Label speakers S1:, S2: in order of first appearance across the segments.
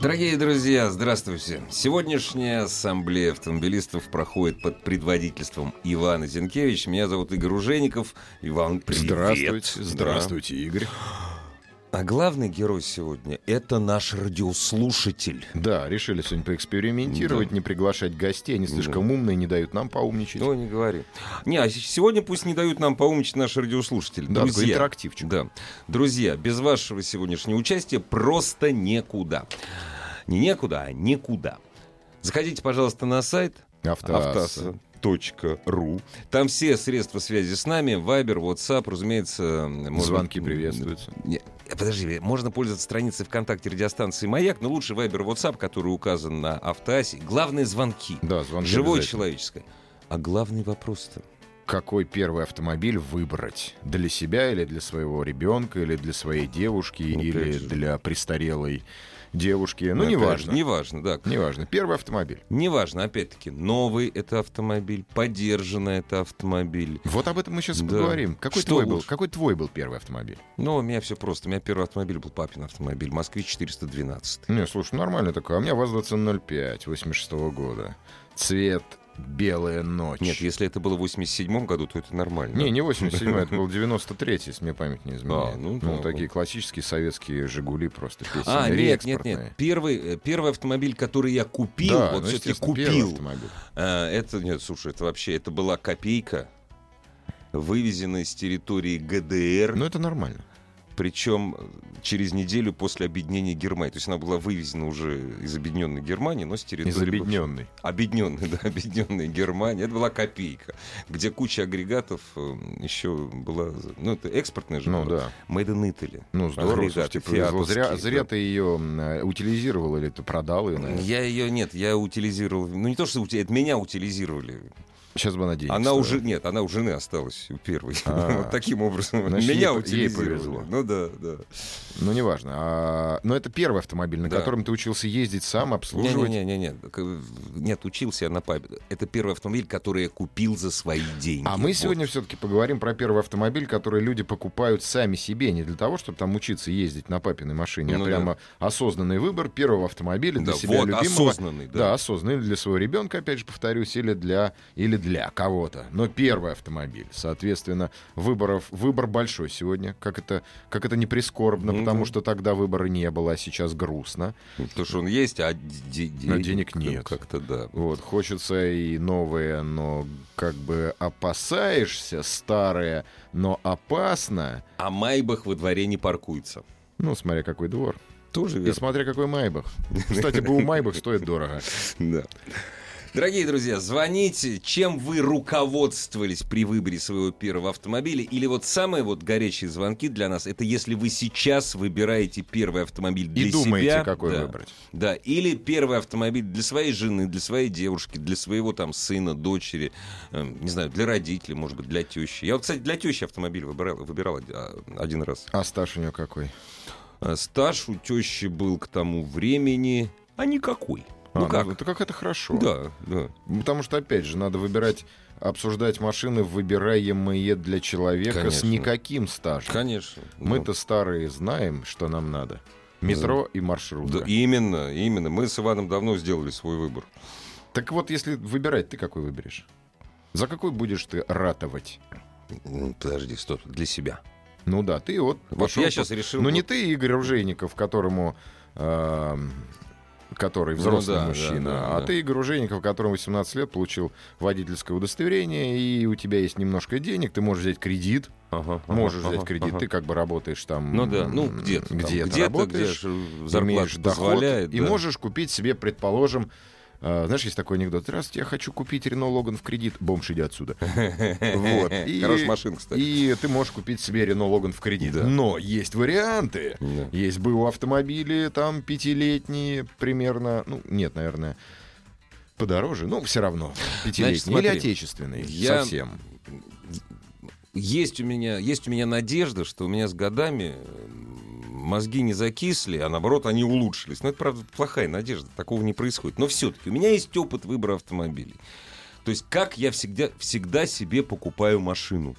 S1: Дорогие друзья, здравствуйте. Сегодняшняя ассамблея автомобилистов проходит под предводительством Ивана Зинкевич. Меня зовут Игорь Ужеников. Иван, привет.
S2: Здравствуйте,
S1: Да.
S2: здравствуйте, Игорь.
S1: А главный герой сегодня — это наш радиослушатель.
S2: Да, решили сегодня поэкспериментировать,
S1: Да.
S2: не приглашать гостей, они слишком умные, не дают нам поумничать.
S1: Ну, не говори. Не, а с- сегодня пусть не дают нам поумничать наши радиослушатели.
S2: Да, такой
S1: Друзья,
S2: интерактивчик.
S1: Да. Друзья, без вашего сегодняшнего участия просто некуда. Не некуда, а никуда. Заходите, пожалуйста, на сайт
S2: Автоасса.
S1: автоаса.ру. Там все средства связи с нами, Вайбер, WhatsApp, разумеется. можно-
S2: Звонки приветствуются.
S1: Не, э, подожди, можно пользоваться страницей ВКонтакте радиостанции «Маяк», но лучше Вайбер, WhatsApp, который указан на автоасе. Главное — звонки.
S2: Да, звонки
S1: Живое
S2: обязательно.
S1: человеческое. А главный вопрос-то?
S2: Какой первый автомобиль выбрать? Для себя или для своего ребенка, или для своей девушки,
S1: Ну,
S2: или
S1: опять же.
S2: для престарелой девушки? Ну,
S1: Опять же,
S2: неважно.
S1: Неважно, да.
S2: Неважно. Первый автомобиль.
S1: Неважно, опять-таки, новый это автомобиль, подержанный это автомобиль.
S2: Вот об этом мы сейчас и
S1: Да.
S2: поговорим. Какой
S1: Что
S2: твой, был,
S1: лучше?
S2: какой твой был первый автомобиль?
S1: Но Ну, у меня все просто. У меня первый автомобиль был папин автомобиль, Москве 412.
S2: Не, слушай, нормально такое. А у меня ВАЗ-2105 86 года. Цвет белая ночь.
S1: Нет, если это было в 87 году, то это нормально.
S2: Не, не 87 это был 93-й, если мне память не изменяет.
S1: А, ну
S2: ну,
S1: да,
S2: такие
S1: вот.
S2: классические советские «Жигули» просто песни.
S1: А, нет, нет, нет. Первый, э, первый автомобиль, который я купил,
S2: Да,
S1: вот
S2: ну,
S1: все-таки
S2: естественно, первый
S1: купил,
S2: автомобиль.
S1: э, это, нет, слушай, это вообще, это была копейка, вывезенная с территории ГДР.
S2: Ну, это нормально.
S1: Причем через неделю после объединения Германии. То есть она была вывезена уже из объединенной Германии, но с территории...
S2: Из объединенной.
S1: Объединенной, да, объединенной Германии. Это была копейка, где куча агрегатов еще была... Ну, это экспортная же
S2: Ну,
S1: была.
S2: да.
S1: Made in Italy.
S2: Ну, здорово,
S1: Агрегаты
S2: слушайте, повезло. Зря,
S1: фиатовские,
S2: зря
S1: да.
S2: ты ее м, э, утилизировал или ты продал ее,
S1: Я ее, нет, я утилизировал... Ну, не то, что ути- это меня утилизировали.
S2: Сейчас бы она денег
S1: она
S2: стоила.
S1: уже... Нет, она у жены осталась у первой.
S2: А.
S1: Вот таким образом.
S2: Значит,
S1: меня
S2: ей по- ей
S1: утилизировали.
S2: повезло.
S1: Ну, да, да.
S2: Ну, неважно. А, Но это первый автомобиль, на
S1: Да.
S2: котором ты учился ездить сам, обслуживать.
S1: Не-не-не, нет, учился я на папе. Это первый автомобиль, который я купил за свои деньги.
S2: А мы
S1: Вот.
S2: сегодня все-таки поговорим про первый автомобиль, который люди покупают сами себе, не для того, чтобы там учиться ездить на папиной машине,
S1: Ну
S2: а
S1: да.
S2: прямо осознанный выбор первого автомобиля для
S1: Да,
S2: себя
S1: вот,
S2: любимого.
S1: осознанный, да.
S2: да. осознанный или для своего ребенка, опять же, повторюсь, или для или для кого-то. Но первый автомобиль, соответственно, выборов выбор большой сегодня, как это как это не прискорбно,
S1: Ну
S2: потому
S1: да.
S2: что тогда выбора не было, а сейчас грустно.
S1: Потому что он есть, а де-
S2: Но денег нет.
S1: ну, Как-то да.
S2: Вот, хочется и новое, но как бы опасаешься, старое, но опасно.
S1: А Майбах во дворе не паркуется.
S2: Ну, смотря какой двор.
S1: Тоже
S2: И смотря какой Майбах. Кстати, БУ Майбах стоит дорого.
S1: Да. Дорогие друзья, звоните, чем вы руководствовались при выборе своего первого автомобиля. Или вот самые вот горячие звонки для нас, это если вы сейчас выбираете первый автомобиль для
S2: И думаете,
S1: себя.
S2: какой
S1: Да.
S2: выбрать.
S1: Да, или первый автомобиль для своей жены, для своей девушки, для своего там сына, дочери, эм, не знаю, для родителей, может быть, для тещи. Я вот, кстати, для тещи автомобиль выбирал, выбирал оди- а, один раз.
S2: А стаж у него какой?
S1: А Стаж у тещи был к тому времени, а никакой.
S2: А,
S1: ну как?
S2: Это как это хорошо.
S1: Да, да.
S2: Потому что, опять же, надо выбирать, обсуждать машины, выбираемые для человека с
S1: Конечно. Ну.
S2: никаким стажем.
S1: Конечно.
S2: Мы-то старые знаем, что нам надо. Метро и маршрутка.
S1: Да, именно, именно. Мы с Иваном давно сделали свой выбор.
S2: Так вот, если выбирать, ты какой выберешь? За какой будешь ты ратовать?
S1: М, Подожди, стоп, для себя.
S2: Ну да, ты вот
S1: Вот
S2: пошёл
S1: я
S2: по-
S1: сейчас решил.
S2: Ну не
S1: вот-
S2: ты, Игорь Ружейников, которому... эм, который взрослый
S1: Ну да, да,
S2: мужчина,
S1: да,
S2: а
S1: да.
S2: ты, Игорь Ружейников, которому 18 лет, получил водительское удостоверение, и у тебя есть немножко денег, ты можешь взять кредит,
S1: Ага, ага,
S2: можешь взять
S1: ага,
S2: кредит,
S1: ага.
S2: ты как бы работаешь там...
S1: Ну да,
S2: м,
S1: ну где-то. там,
S2: Где-то
S1: где-то, где
S2: работаешь,
S1: ж, э,
S2: имеешь
S1: зарплата
S2: доход,
S1: позволяет.
S2: и
S1: да.
S2: можешь купить себе, предположим, А, знаешь, есть такой анекдот. Здравствуйте, я хочу купить Рено Логан в кредит. Бомж, иди отсюда. Вот. И-
S1: Хорошая машина, кстати.
S2: И ты можешь купить себе Рено Логан в кредит.
S1: Да.
S2: Но есть варианты.
S1: Да.
S2: Есть бы у автомобили там пятилетние примерно. Ну, нет, наверное, подороже. Ну, все равно. Пятилетние.
S1: смотри,
S2: Или отечественные.
S1: я-
S2: Совсем.
S1: Есть у меня, есть у меня надежда, что у меня с годами м, мозги не закисли, а наоборот они улучшились. Но это, правда, плохая надежда, такого не происходит. Но все-таки у меня есть опыт выбора автомобилей. То есть как я всегда, всегда себе покупаю машину.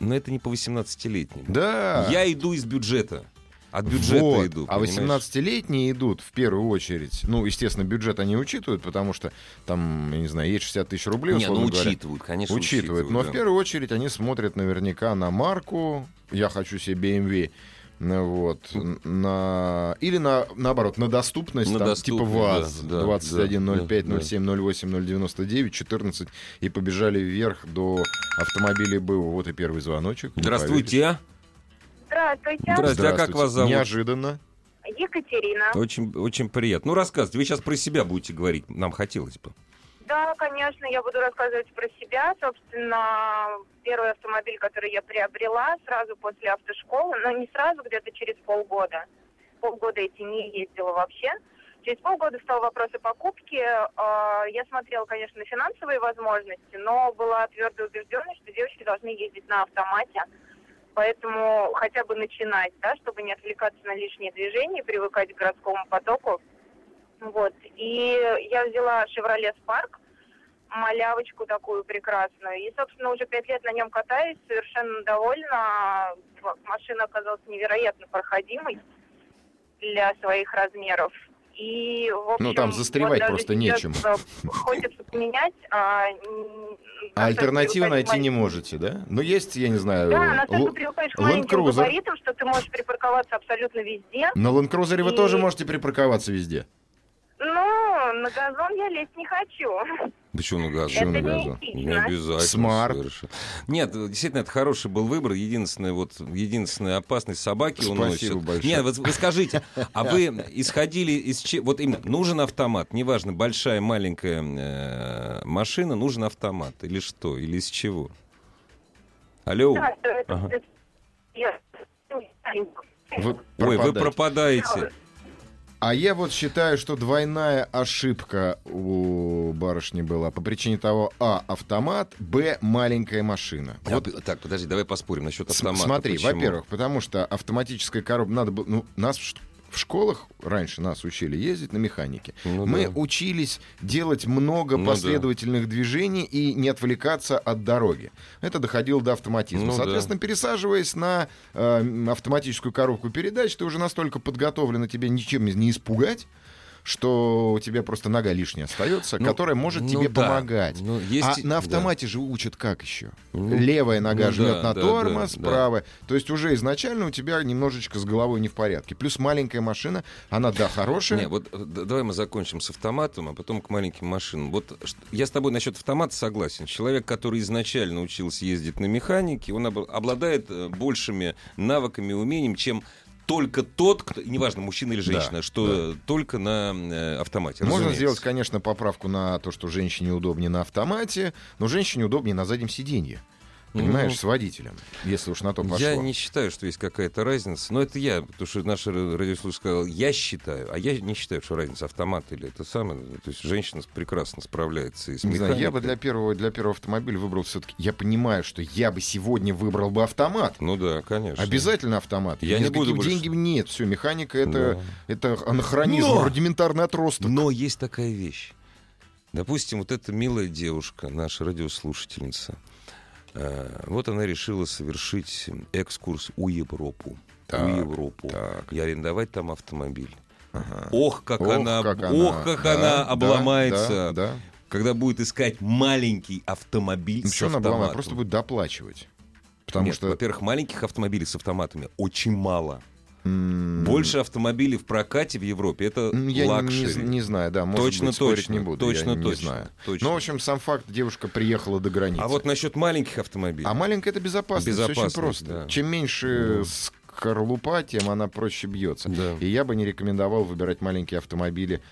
S1: Но это не по 18-летнему.
S2: Да.
S1: Я иду из бюджета. От бюджета
S2: Вот.
S1: иду.
S2: А
S1: понимаешь?
S2: 18-летние идут в первую очередь. Ну, естественно, бюджет они учитывают, потому что там, я не знаю, есть 60 тысяч рублей,
S1: Не, ну
S2: условно говоря.
S1: учитывают, конечно.
S2: Учитывают. Ну, Но
S1: да.
S2: в первую очередь они смотрят наверняка на марку. Я хочу себе BMW. Ну Вот. н- На... Или на, наоборот, на доступность,
S1: На
S2: там,
S1: доступность,
S2: типа ВАЗ
S1: да, да,
S2: 21,
S1: да,
S2: 05,
S1: да.
S2: 07, 08, 099, 14 и побежали вверх до автомобилей БУ. Вот и первый звоночек. Не поверишь.
S1: Здравствуйте. а.
S3: Здравствуйте.
S1: Здравствуйте. а как вас зовут?
S2: Неожиданно.
S3: Екатерина.
S1: а? Очень, очень приятно. Ну, рассказывайте. Вы сейчас про себя будете говорить. Нам хотелось бы.
S3: Да, конечно, я буду рассказывать про себя. Собственно, первый автомобиль, который я приобрела сразу после автошколы, но не сразу, где-то через полгода. Полгода эти не ездила вообще. Через полгода стал вопрос о покупке. А, Я смотрела, конечно, на финансовые возможности, но была твердо убеждена, что девочки должны ездить на автомате. Поэтому хотя бы начинать, да, чтобы не отвлекаться на лишние движения, и привыкать к городскому потоку. Вот. И я взяла Chevrolet Spark, малявочку такую прекрасную. И, собственно, уже пять лет на нем катаюсь, совершенно довольна. Машина оказалась невероятно проходимой для своих размеров. И, в общем,
S2: Ну, там застревать
S3: вот даже
S2: просто
S3: сейчас,
S2: нечем.
S3: э, Хочется поменять. А, м,
S2: А
S3: настолько
S2: альтернативы
S3: привыкаешь к
S2: найти не можете, да? Ну, есть, я не знаю,
S3: да, настолько
S2: л-
S3: привыкаешь к
S2: Land
S3: маленьким
S2: Cruiser.
S3: габаритам, что ты можешь припарковаться абсолютно везде.
S2: на Ланкрузере вы
S3: И-
S2: тоже можете припарковаться везде.
S3: Но на газон я лезть не хочу.
S1: Почему на
S2: Чё
S1: газу?
S2: Почему на
S3: Это
S2: газон?
S3: не
S1: Не
S3: этично.
S1: обязательно.
S2: Смарт.
S1: совершенно. Нет, действительно, это хороший был выбор. Единственная, вот, единственная опасность собаки
S2: Спасибо
S1: уносит.
S2: большое.
S1: Нет, вот вы скажите, а вы исходили из чего? Вот именно, нужен автомат, неважно, большая, маленькая э, машина, нужен автомат. Или что? Или из чего? Алло?
S3: Да, что это-
S1: Ага.
S3: это- я-
S2: Вы
S1: Ой, вы
S2: пропадаете.
S1: пропадаете.
S2: А я вот считаю, что двойная ошибка у барышни была по причине того, а, автомат, б, маленькая машина.
S1: А, п- так, подожди, давай поспорим насчет
S2: С-
S1: автомата.
S2: Смотри,
S1: Почему?
S2: во-первых, потому что автоматическая коробка, надо было, ну, нас в ш- в школах раньше нас учили ездить на механике.
S1: Ну
S2: Мы
S1: да.
S2: учились делать много
S1: Ну да.
S2: последовательных движений и не отвлекаться от дороги. Это доходило до автоматизма.
S1: Ну да.
S2: Соответственно, пересаживаясь на э, м, автоматическую коробку передач, ты уже настолько подготовлен, и тебе ничем не испугать, что у тебя просто нога лишняя остается,
S1: Ну,
S2: которая может
S1: ну
S2: тебе
S1: да.
S2: помогать.
S1: Ну, есть
S2: А
S1: и-
S2: на
S1: да.
S2: автомате же учат как еще?
S1: Ну,
S2: Левая нога
S1: ну
S2: жмет
S1: да,
S2: на
S1: да,
S2: тормоз,
S1: да, да.
S2: правая. То есть уже изначально у тебя немножечко с головой не в порядке. Плюс маленькая машина, она, да, хорошая.
S1: Не, вот э, д- давай мы закончим с автоматом, а потом к маленьким машинам. Вот ш- я с тобой насчет автомата согласен. Человек, который изначально учился ездить на механике, он обл- обладает э, большими навыками и умениями, чем только тот, кто, неважно, мужчина или женщина, что э, только на э, автомате.
S2: Можно
S1: разумеется.
S2: сделать, конечно, поправку на то, что женщине удобнее на автомате, но женщине удобнее на заднем сиденье.
S1: Ну,
S2: Понимаешь, с водителем, если уж на то пошло.
S1: Я не считаю, что есть какая-то разница. Но это я, потому что наш ра- радиослушатель сказал, я считаю, а я не считаю, что разница автомат или это самое. То есть женщина с- прекрасно справляется и с
S2: Не знаю, я
S1: механикой.
S2: бы для первого, для первого автомобиля выбрал все-таки... Я понимаю, что я бы сегодня выбрал бы автомат.
S1: Ну да, конечно.
S2: Обязательно автомат.
S1: Я
S2: Ни
S1: не
S2: за
S1: буду
S2: каким
S1: больше-
S2: деньги нет. Все, механика это, это анахронизм,
S1: Но!
S2: рудиментарный отросток.
S1: Но есть такая вещь. Допустим, вот эта милая девушка, наша радиослушательница, э, вот она решила совершить экскурс у Европу.
S2: Так,
S1: у Европу.
S2: так.
S1: И арендовать там автомобиль.
S2: Ага.
S1: Ох, как,
S2: Ох,
S1: она,
S2: как она,
S1: ох, как
S2: да,
S1: она
S2: да, да,
S1: обломается,
S2: да.
S1: когда будет искать маленький автомобиль
S2: Ну,
S1: с
S2: что она была? Она
S1: автоматом.
S2: просто будет доплачивать. Потому
S1: Нет,
S2: что...
S1: во-первых, маленьких автомобилей с автоматами очень мало.
S2: м,
S1: Больше автомобилей в прокате в Европе это
S2: м, я не- не,
S1: лакшери.
S2: з- не знаю, да, может
S1: Точно,
S2: быть, спорить
S1: точно,
S2: не буду,
S1: точно,
S2: я не
S1: точно,
S2: знаю.
S1: точно.
S2: Ну, в общем, сам факт, девушка приехала до границы.
S1: А вот насчет маленьких автомобилей.
S2: А маленькая это безопасность, всё
S1: Безопасность,
S2: очень просто.
S1: да. Ну.
S2: Чем меньше скорлупа, тем она проще бьется.
S1: Да.
S2: И я бы не рекомендовал выбирать маленькие автомобили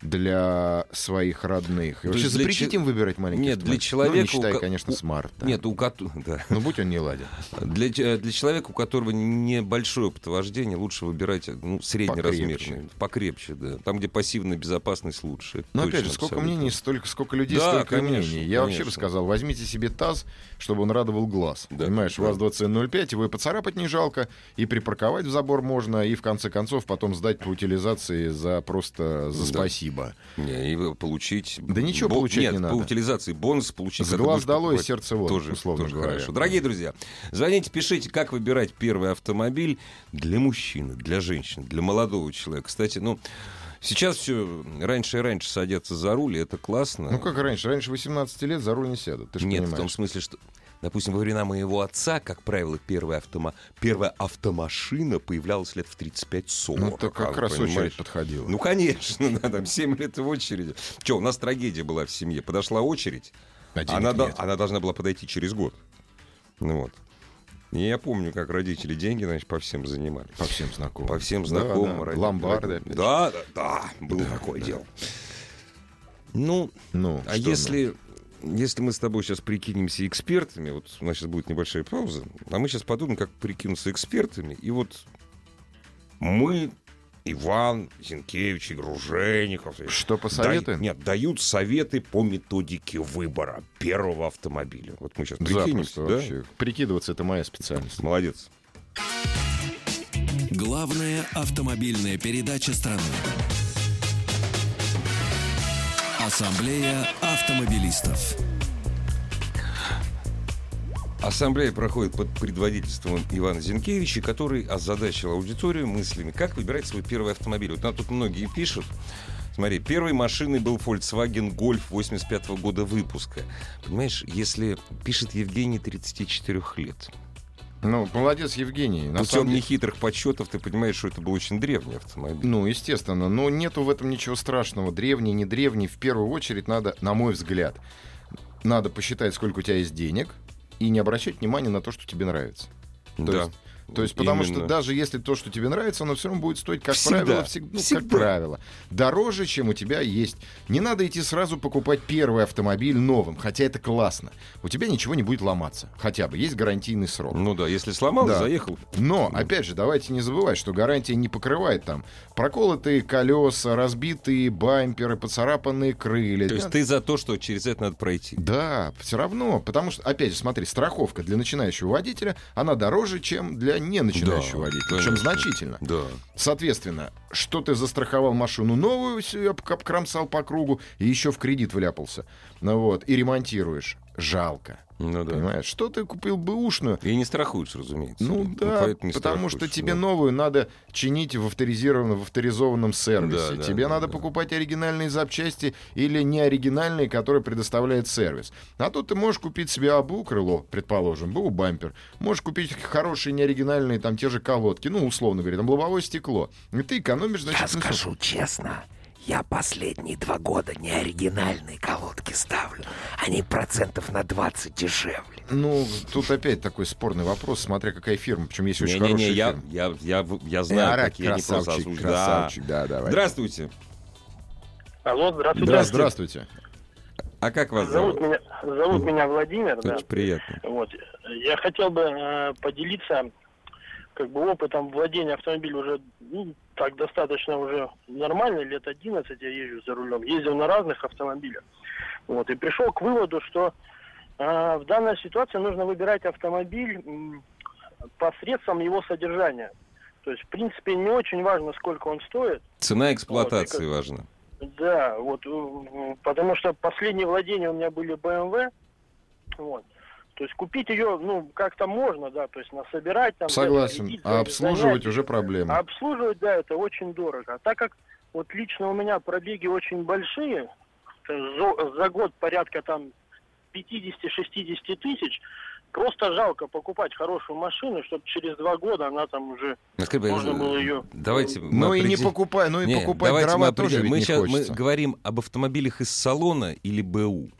S2: для своих родных. И
S1: То
S2: вообще
S1: есть для
S2: запретить
S1: че-
S2: им выбирать маленький
S1: Нет,
S2: автомобиль?
S1: для человека,
S2: Ну, не считая,
S1: у ко-
S2: конечно,
S1: у-
S2: смарт. да.
S1: Нет, у коту... Да.
S2: Ну, будь он не ладен.
S1: Для, ч- э, для человека, у которого небольшое опыт вождения, лучше выбирать э, ну, среднеразмерный.
S2: Покрепче.
S1: Покрепче. да. Там, где пассивная безопасность лучше.
S2: Но
S1: Точно,
S2: опять же, сколько
S1: абсолютно.
S2: мнений, столько, сколько людей,
S1: Да,
S2: столько и
S1: конечно,
S2: мнений. Я вообще
S1: конечно.
S2: рассказал, возьмите себе таз, чтобы он радовал глаз.
S1: Да,
S2: Понимаешь, у
S1: да.
S2: вас 21.05, его и поцарапать не жалко, и припарковать в забор можно, и в конце концов потом сдать по утилизации за просто за
S1: Да.
S2: спасибо.
S1: Не, и получить...
S2: Да ничего получать
S1: нет,
S2: не надо.
S1: по утилизации бонус получить.
S2: С
S1: когда
S2: глаз
S1: будешь
S2: долой,
S1: покупать.
S2: сердце вот,
S1: тоже,
S2: условно
S1: тоже
S2: говоря.
S1: хорошо. Дорогие друзья, звоните, пишите, как выбирать первый автомобиль для мужчины, для женщины, для молодого человека. Кстати, ну, сейчас все раньше и раньше садятся за руль, и это классно.
S2: Ну как раньше, раньше 18 лет за руль не сядут, ты же
S1: Нет, в том
S2: понимаешь.
S1: смысле, что, допустим, во времена моего отца, как правило, первая, автома... первая автомашина появлялась лет в 35-40.
S2: Ну так
S1: а,
S2: как раз
S1: понимаешь?
S2: очередь подходила.
S1: Ну, конечно, да, там 7 лет в очереди. Че, у нас трагедия была в семье. Подошла очередь,
S2: А денег
S1: она, до-
S2: нет.
S1: она должна была подойти через год. Ну вот. И я помню, как родители деньги, значит, по всем занимали.
S2: По всем знакомым.
S1: По всем
S2: Да,
S1: знакомым.
S2: да,
S1: родителям.
S2: Ломбарды опять.
S1: Да, да, да, было такое дело. Ну,
S2: Ну,
S1: а
S2: что, ну?
S1: если, если мы с тобой сейчас прикинемся экспертами, вот у нас сейчас будет небольшая пауза, а мы сейчас подумаем, как прикинуться экспертами, и вот мы, Иван, Зинкевич, и Груженников... и-
S2: Что
S1: да-
S2: посоветуем?
S1: нет, дают советы по методике выбора первого автомобиля. Вот мы сейчас прикинемся,
S2: Запросто
S1: да?
S2: ну? вообще. Прикидываться это моя специальность.
S1: Молодец.
S4: Главная автомобильная передача страны. Ассамблея автомобилистов.
S1: Ассамблея проходит под предводительством Ивана Зинкевича, который озадачил аудиторию мыслями, как выбирать свой первый автомобиль. Вот нам тут многие пишут. Смотри, первой машиной был Volkswagen Golf 85 года выпуска. Понимаешь, если пишет Евгений 34 лет.
S2: Ну, молодец, Евгений. На самом
S1: Путем
S2: деле-
S1: нехитрых подсчетов ты понимаешь, что это был очень древний автомобиль.
S2: Ну, естественно, но нету в этом ничего страшного. Древний, не древний, в первую очередь надо, на мой взгляд, надо посчитать, сколько у тебя есть денег, и не обращать внимания на то, что тебе нравится. То
S1: Да.
S2: есть, То есть, потому что
S1: Именно.
S2: даже если то, что тебе нравится, оно все равно будет стоить, как
S1: Всегда.
S2: правило, всег- ну, как
S1: Всегда.
S2: правило, дороже, чем у тебя есть. Не надо идти сразу покупать первый автомобиль новым, хотя это классно. У тебя ничего не будет ломаться, хотя бы есть гарантийный срок.
S1: Ну да, если сломал,
S2: Да.
S1: заехал.
S2: Но, опять же, давайте не забывать, что гарантия не покрывает там проколотые колеса, разбитые бамперы, поцарапанные крылья.
S1: То есть ты за то, что через это надо пройти.
S2: Да, все равно, потому что, опять же, смотри, страховка для начинающего водителя, она дороже, чем для неначинающего
S1: Да,
S2: водителя,
S1: конечно.
S2: причем значительно.
S1: Да.
S2: Соответственно, что ты застраховал машину новую, всё её обк- обкромсал по кругу и еще в кредит вляпался, ну вот, и ремонтируешь, жалко,
S1: Ну да.
S2: понимаешь? Что ты купил бэушную,
S1: И не страхуешь, разумеется.
S2: Ну да,
S1: поэтому не
S2: потому что
S1: страхуешь,
S2: тебе
S1: да.
S2: новую надо чинить в авторизированном, в авторизованном сервисе.
S1: Да, да,
S2: тебе
S1: да,
S2: надо
S1: да.
S2: покупать оригинальные запчасти или неоригинальные, которые предоставляет сервис. А тут ты можешь купить себе АБУ крыло, предположим, БУ бампер. Можешь купить хорошие неоригинальные там те же колодки, ну условно говоря, там лобовое стекло. И ты экономишь, значит,
S5: Я скажу честно, я последние два года не оригинальные колодки ставлю. Они процентов на 20 дешевле.
S2: ну тут опять такой спорный вопрос, смотря какая фирма, причем есть очень
S1: Не-не-не,
S2: хорошие
S1: я,
S2: фирмы.
S1: я, я, я знаю,
S2: Ара,
S1: какие они просто
S2: Э, красавчик,
S1: осуждают. Да.
S2: красавчик, да, давай.
S1: Здравствуйте.
S6: Алло, здравствуйте.
S2: Да, здравствуйте.
S1: А как вас
S6: Зовут
S1: зовут?
S6: меня, зовут меня Владимир, да.
S1: Очень приятно.
S6: Вот. Я хотел бы э, поделиться как бы опытом владения автомобилем уже ну, так достаточно уже нормально, лет 11 я езжу за рулем, ездил на разных автомобилях. Вот, и пришел к выводу, что э, в данной ситуации нужно выбирать автомобиль м, посредством его содержания. То есть, в принципе, не очень важно, сколько он стоит,
S1: Цена эксплуатации
S6: Вот, и
S1: важна.
S6: Да, вот, э, э, потому что последние владения у меня были BMW, вот. То есть купить ее, ну, как-то можно, да, то есть насобирать там. да,
S2: Согласен.
S6: кредит,
S2: А
S6: да,
S2: обслуживать
S6: занять.
S2: уже
S6: А
S2: проблема.
S6: обслуживать, да, это очень дорого. А так как вот лично у меня пробеги очень большие, э, зо- за год порядка там 50-60 тысяч, просто жалко покупать хорошую машину, чтобы через два года она там уже...
S1: Ну, скажи,
S6: Можно было её-
S1: Давайте мы
S2: Ну и не
S1: определим-
S2: покупай, ну и
S1: Не,
S2: покупать
S1: давайте
S2: дрова
S1: мы определим.
S2: тоже ведь
S1: мы
S2: не
S1: щас- мы
S2: хочется.
S1: говорим об автомобилях из салона или БУ.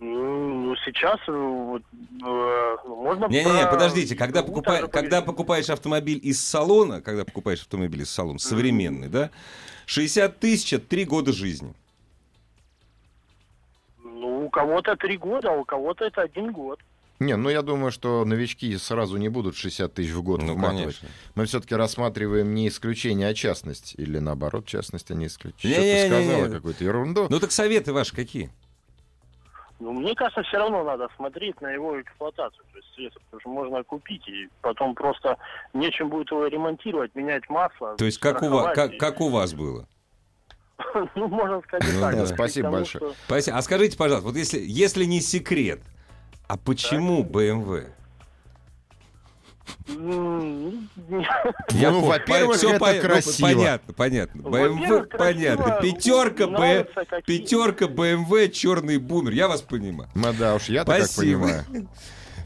S6: Ну, сейчас э, вот, э, ну, Можно
S1: Не-не-не,
S6: про-
S1: подождите, когда,
S6: Ну,
S1: покупа-
S6: также
S1: когда
S6: повезло.
S1: покупаешь автомобиль из салона, когда покупаешь автомобиль из салона, современный, да, 60 тысяч, это 3 года жизни.
S6: Ну, у кого-то три года, а у кого-то это один год.
S2: Не, ну я думаю, что новички сразу не будут 60 тысяч в год
S1: Ну,
S2: вматывать.
S1: конечно.
S2: Мы все-таки рассматриваем не исключение, а частность. Или наоборот, частность, а не исключение.
S1: Не-не-не-не.
S2: Сейчас ты сказала какую-то ерунду.
S1: Ну так советы ваши какие?
S6: Ну, мне кажется, все равно надо смотреть на его эксплуатацию, то есть средства, потому что можно купить, и потом просто нечем будет его ремонтировать, менять масло.
S1: То есть как у вас,
S6: страховать.
S1: как, как у вас было?
S6: Ну, можно сказать
S1: Ну
S6: и так.
S1: да.
S6: То есть
S2: Спасибо
S6: тому,
S2: большое.
S6: что-
S1: Спасибо. А скажите, пожалуйста, вот если, если не секрет, а почему BMW?
S6: М, не-
S2: Ну,
S1: по-
S2: во-первых,
S1: всё
S2: это
S1: по- ну,
S2: красиво.
S1: понятно, понятно. BMW,
S6: Во-первых, красиво,
S1: понятно. Пятерка, Б,
S6: нравятся какие.
S1: пятерка BMW, черный бумер. Я вас понимаю.
S2: Ну да уж, я так
S1: Спасибо.
S2: понимаю.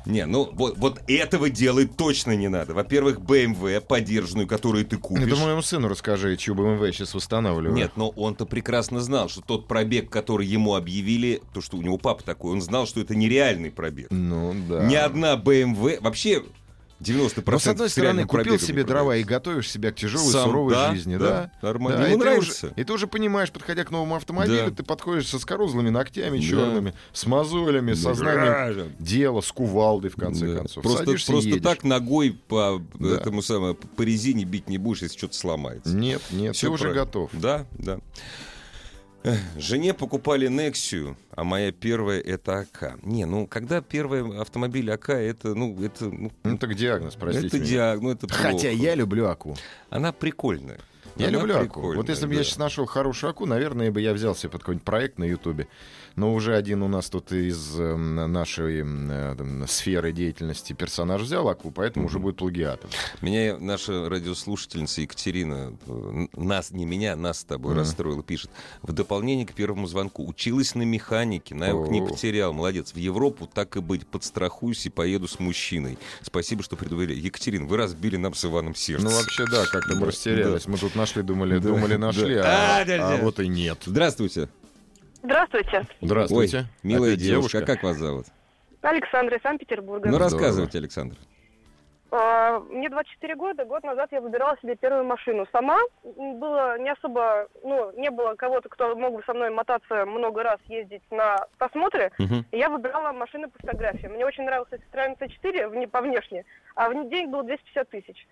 S1: Не, ну вот, вот этого делать точно не надо. Во-первых, BMW подержанную, которую ты купишь.
S2: Это моему сыну расскажи, чью БМВ сейчас восстанавливаю.
S1: Нет, но он-то прекрасно знал, что тот пробег, который ему объявили, то, что у него папа такой, он знал, что это нереальный пробег.
S2: Ну да.
S1: Ни одна BMW, вообще 90%
S2: Но, с одной стороны,
S1: реального
S2: купил
S1: пробега
S2: себе
S1: не
S2: дрова
S1: продается.
S2: и готовишь себя к тяжелой,
S1: Сам,
S2: суровой
S1: да,
S2: жизни. Да,
S1: да, нормально.
S2: и ты
S1: Ему нравится.
S2: уже- и ты уже понимаешь, подходя к новому автомобилю,
S1: Да.
S2: ты подходишь со скорузлыми ногтями
S1: Да.
S2: черными, с мозолями, со знанием
S1: Граждан.
S2: дела, с кувалдой, в конце
S1: Да.
S2: концов.
S1: Просто,
S2: Садишься и
S1: просто
S2: едешь.
S1: так ногой по э,
S2: Да.
S1: этому самому по резине бить не будешь, если что-то сломается.
S2: Нет, нет,
S1: Всё
S2: ты уже
S1: правильно.
S2: готов.
S1: Да, да. Эх, Жене покупали Nexию, а моя первая это АК. Не, ну когда первый автомобиль АК, это, ну, это, ну,
S2: Ну так диагноз, простите
S1: это
S2: меня.
S1: диаг- ну, это
S2: Хотя
S1: плохо.
S2: я люблю Аку.
S1: Она прикольная.
S2: Я
S1: Она
S2: люблю Аку.
S1: прикольная,
S2: Вот если бы я
S1: да.
S2: сейчас нашел хорошую Аку, наверное, бы я взял себе под какой-нибудь проект на Ютубе. Но уже один у нас тут из эм, нашей м, э, там, сферы деятельности персонаж взял Аку, поэтому уже будет плагиатом.
S1: Меня наша радиослушательница Екатерина, э, нас, не меня, нас с тобой
S2: Мгм.
S1: расстроила, пишет. В дополнение к первому звонку училась на механике, навык не
S2: О.
S1: потерял. Молодец. В Европу так и быть, подстрахуюсь и поеду с мужчиной. Спасибо, что предупредили. Екатерин, вы разбили нам с Иваном сердце.
S2: Ну вообще да, как-то мы
S1: Да,
S2: растерялись. Мы тут нашли, думали,
S1: Да,
S2: думали,
S1: да.
S2: нашли,
S1: А,
S2: а
S1: да,
S2: а
S1: да.
S2: вот и нет.
S1: Здравствуйте.
S7: Здравствуйте.
S2: Здравствуйте.
S1: Ой, милая
S2: Опять
S1: девушка, а как вас зовут?
S7: Александра из Санкт-Петербурга.
S1: Ну,
S2: Здорово.
S1: рассказывайте, Александр.
S7: А, Мне 24 года, год назад я выбирала себе первую машину. Сама М, было не особо, ну, не было кого-то, кто мог бы со мной мотаться много раз, ездить на просмотры.
S1: Мгм.
S7: И Я выбирала машины по фотографии. Мне очень нравился Citroёn C4 вне- по внешне, а в день было 250 тысяч.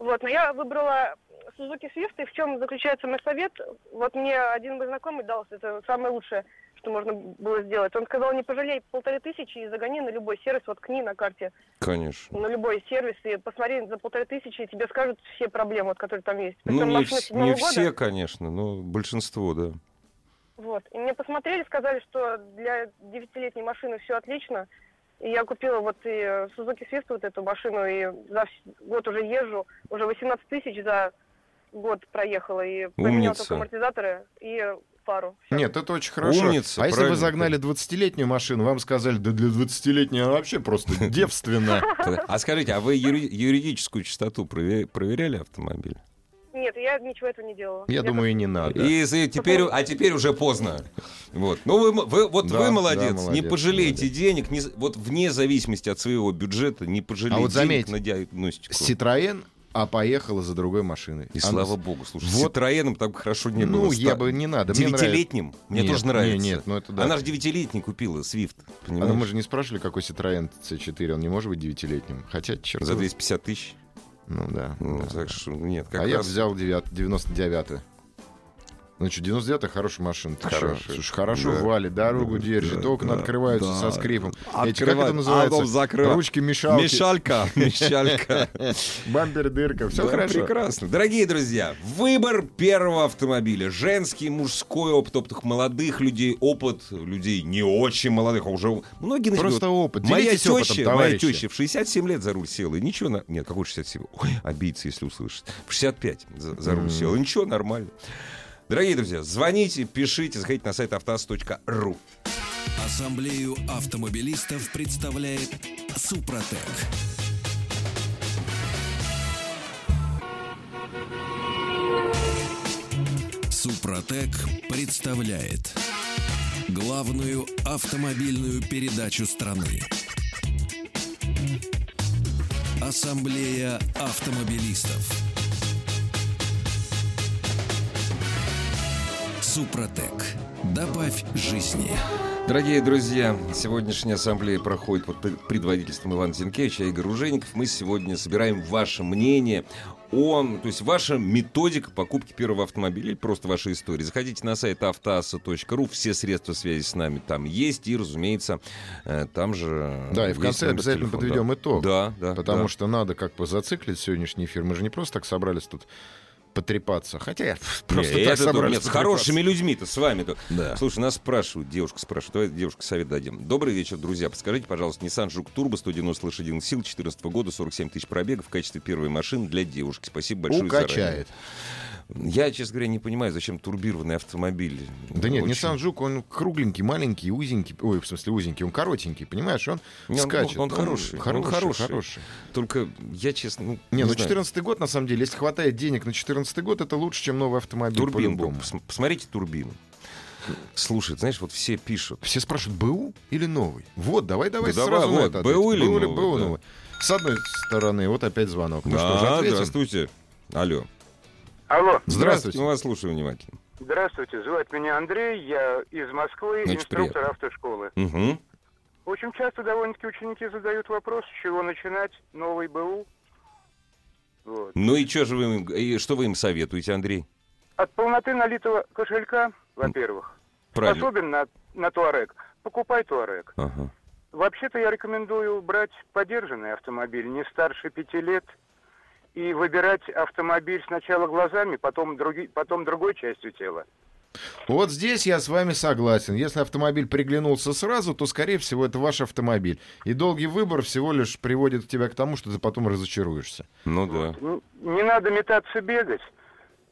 S7: Вот, но я выбрала Suzuki Swift, и в чем заключается мой совет? Вот мне один мой знакомый дал, это самое лучшее, что можно было сделать. Он сказал, не пожалей полторы тысячи и загони на любой сервис, воткни на карте
S1: Конечно.
S7: на любой сервис и посмотри за полторы тысячи, и тебе скажут все проблемы, вот, которые там есть.
S1: Ну,
S7: Причем
S1: не,
S7: машина
S1: вс-
S7: седьмого
S1: не
S7: года.
S1: все, конечно, но большинство, да.
S7: Вот. И мне посмотрели, сказали, что для девятилетней машины все отлично. И я купила вот и э, Suzuki Swift, вот эту машину, и за вс- год уже езжу, уже 18 тысяч за год проехала, и поменяла
S1: Умница.
S7: только амортизаторы и пару. Всё.
S2: Нет, это очень хорошо.
S1: Умница,
S2: а если вы
S1: правильно.
S2: загнали 20-летнюю машину, вам сказали, да для 20-летней она вообще просто девственна.
S1: А скажите, а вы юри- юридическую частоту прове- проверяли автомобиль?
S7: Нет, я ничего этого не делала.
S2: Я думаю, и не надо.
S1: И с- и теперь, а теперь уже поздно. Вот. Ну, вы, м- вы- вот
S2: Да,
S1: вы
S2: да,
S1: молодец, не
S2: молодец,
S1: пожалейте
S2: молодец.
S1: денег, не, з- вот вне зависимости от своего бюджета, не пожалейте
S2: А вот
S1: денег
S2: заметь,
S1: на диагностику.
S2: Ситроен, а поехала за другой машиной.
S1: И
S2: Она-
S1: слава богу, слушай, с
S2: Вот.
S1: Ситроеном там хорошо не было.
S2: Ну,
S1: Ста-
S2: я бы не надо. Мне нравится.
S1: Девятилетним? Мне
S2: Нет,
S1: тоже нравится.
S2: не- Нет, ну это да.
S1: Она же девятилетний купила, Свифт,
S2: А
S1: понимаешь?
S2: мы же не спрашивали, какой Citroёn C4, он не может быть девятилетним. Хотя, черт.
S1: За
S2: его-
S1: 250 тысяч.
S2: Ну да.
S1: Ну,
S2: да.
S1: так что, нет, как
S2: а я
S1: раз.
S2: взял 99 ну что, 99 хорошая машина. ты чё?
S1: Хорошая.
S2: Слушай, хорошо
S1: Да.
S2: валит, дорогу
S1: Да,
S2: держит,
S1: да,
S2: окна
S1: да,
S2: открываются
S1: да.
S2: со скрипом. Эти, как
S1: Открывает,
S2: это называется?
S1: а, закрывает.
S2: Ручки мешалки,
S1: Мешалька, мешалька.
S2: бампер дырка, все
S1: Да,
S2: хорошо.
S1: прекрасно. Дорогие друзья, выбор первого автомобиля. Женский, мужской опыт, опыт молодых людей, опыт людей не очень молодых, а уже многие начинают-
S2: Просто опыт.
S1: Моя
S2: Делитесь опытом,
S1: теща, моя
S2: товарищи.
S1: теща в 67 лет за руль села, и ничего... на- Нет, какой 67? Ой, обидится, если услышит. В 65 за, за руль села, и ничего, нормально. Дорогие друзья, звоните, пишите, заходите на сайт автоаз.ру.
S4: Ассамблею автомобилистов представляет Супротек. Супротек представляет главную автомобильную передачу страны. Ассамблея автомобилистов. Супротек. Добавь жизни.
S1: Дорогие друзья, сегодняшняя ассамблея проходит под предводительством Ивана Зинкевича и Игорь Ружейников. Мы сегодня собираем ваше мнение о, то есть ваша методика покупки первого автомобиля или просто ваша история. Заходите на сайт автоаса.ру, все средства связи с нами там есть, и, разумеется, э, там же...
S2: Да, и в
S1: есть
S2: конце
S1: номер
S2: обязательно
S1: телефона.
S2: подведем
S1: Да.
S2: итог.
S1: Да, да.
S2: Потому
S1: да.
S2: что надо как бы зациклить сегодняшний эфир. Мы же не просто так собрались тут потрепаться. Хотя я просто
S1: Не,
S2: так
S1: это тут-
S2: собрались.
S1: нет, с
S2: потрепаться.
S1: хорошими людьми-то, с вами-то.
S2: Да.
S1: Слушай, нас спрашивают, девушка спрашивает. Давай девушка совет дадим. Добрый вечер, друзья. Подскажите, пожалуйста, Nissan Жук Турбо, 190 лошадиных сил, 14 года, 47 тысяч пробегов в качестве первой машины для девушки. Спасибо большое заранее.
S2: Укачает.
S1: Я, честно говоря, не понимаю, зачем турбированный автомобиль.
S2: Да нет,
S1: Очень-
S2: Nissan Жук, он кругленький, маленький, узенький. Ой, в смысле узенький, он коротенький, понимаешь? Он
S1: Не, он-
S2: скачет.
S1: он хороший, он
S2: Хороший,
S1: хороший.
S2: хороший.
S1: Только я, честно, ну,
S2: Не, ну
S1: знаю.
S2: 14 год, на самом деле, если хватает денег на 14 год, это лучше, чем новый автомобиль
S1: Турбин был.
S2: типа по-любому.
S1: Пос- Посмотрите турбину. Слушай, знаешь, вот все пишут.
S2: Все спрашивают, БУ или новый? Вот, давай, давай
S1: Да
S2: сразу
S1: давай,
S2: на
S1: вот,
S2: это
S1: «БУ»
S2: ответь.
S1: или
S2: «БУ»
S1: «новый»,
S2: «БУ»
S1: да.
S2: новый? С одной стороны, вот опять звонок. Ну что же,
S1: Да,
S2: ответим?
S1: здравствуйте. Алло.
S8: Алло,
S2: Здравствуйте.
S1: Мы вас слушаем внимательно.
S8: здравствуйте, зовут меня Андрей, я из Москвы,
S1: Очень
S8: инструктор
S1: приятно.
S8: автошколы.
S1: Мгм.
S8: Очень часто довольно-таки ученики задают вопрос, с чего начинать новый БУ. Вот.
S1: Ну и что же вы им, и что вы им советуете, Андрей?
S8: От полноты налитого кошелька, во-первых,
S1: Правильно.
S8: способен на, на Туарек, покупай Туарек.
S1: Ага.
S8: Вообще-то я рекомендую брать подержанный автомобиль, не старше пяти лет, и выбирать автомобиль сначала глазами, потом, други, потом другой частью тела.
S2: Вот здесь я с вами согласен. Если автомобиль приглянулся сразу, то, скорее всего, это ваш автомобиль. И долгий выбор всего лишь приводит тебя к тому, что ты потом разочаруешься.
S1: Ну да.
S8: Н- Не надо метаться бегать.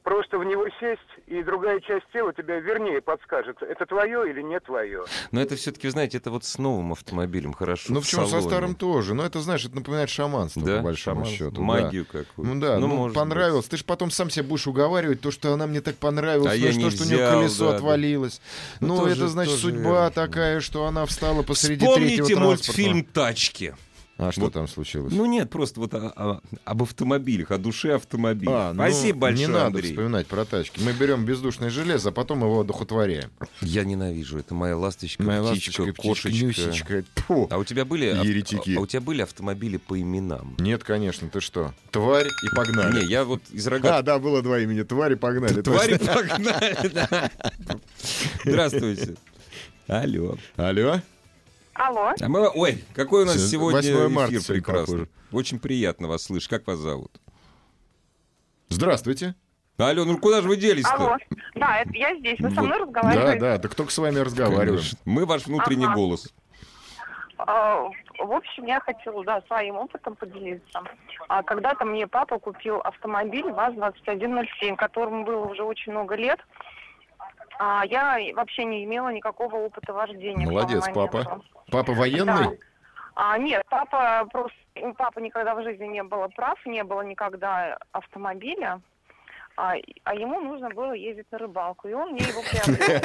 S8: Просто в него сесть, и другая часть тела тебя вернее подскажет, это твое или не твое.
S1: Но это все-таки, знаете, это вот с новым автомобилем хорошо.
S2: Ну,
S1: в
S2: почему со
S1: салоне.
S2: старым тоже? Но это, знаешь, это напоминает шаманство,
S1: да?
S2: по большому
S1: Шаман-
S2: счету. да.
S1: Магию какую-то.
S2: Ну да, ну,
S1: может
S2: понравилось. Ты же потом сам себя будешь уговаривать, то, что она мне так понравилась,
S1: А
S2: ну,
S1: я
S2: что,
S1: не
S2: что у нее
S1: взял,
S2: колесо
S1: да,
S2: отвалилось.
S1: Ну,
S2: Ну,
S1: тоже-
S2: это значит
S1: тоже
S2: судьба
S1: верно.
S2: такая, что она встала
S1: быть.
S2: посреди третьего
S1: Вспомните
S2: транспорта.
S1: мультфильм «Тачки».
S2: А что
S1: Вот.
S2: там случилось?
S1: Ну нет, просто вот о- о- об автомобилях, о душе автомобиля.
S2: А, ну,
S1: Спасибо большое,
S2: Не надо
S1: Андрей.
S2: вспоминать про тачки. Мы берем бездушное железо, а потом его одухотворяем.
S1: Я ненавижу. Это моя ласточка,
S2: Моя
S1: птичка,
S2: ласточка, птичка,
S1: кошечка.
S2: Нюсечка. Тьфу.
S1: А у тебя были ав-
S2: Еретики.
S1: а у тебя были автомобили по именам?
S2: Нет, конечно, ты что? Тварь и погнали.
S1: Не, я вот из рога.
S2: а, да, было два имени. Тварь и погнали.
S1: Твари
S2: точно.
S1: погнали. да. Здравствуйте. Алло.
S2: Алло?
S3: Алло,
S1: А мы- Ой, какой у нас
S2: Всё,
S1: сегодня
S2: 8
S1: эфир
S2: марта сегодня
S1: прекрасный.
S2: похоже.
S1: Очень приятно вас слышать. Как вас зовут?
S2: Здравствуйте.
S1: Алло, ну куда же вы делись-то?
S3: алло. Да, это я здесь. Вы со
S1: Вот.
S3: мной
S2: Да,
S3: разговариваете?
S2: да, да кто к с вами разговариваем?
S1: Конечно. Мы ваш внутренний
S3: Ага.
S1: голос.
S3: А, В общем, я хотела да, своим опытом поделиться. А, Когда-то мне папа купил автомобиль ВАЗ-2107, которому было уже очень много лет. А, Я вообще не имела никакого опыта вождения. к тому
S2: Молодец, папа.
S3: моменту.
S2: Папа военный?
S3: А, нет, папа просто у папы никогда в жизни не было прав, не было никогда автомобиля. А, и- а ему нужно было ездить на рыбалку, и он мне его приобрел.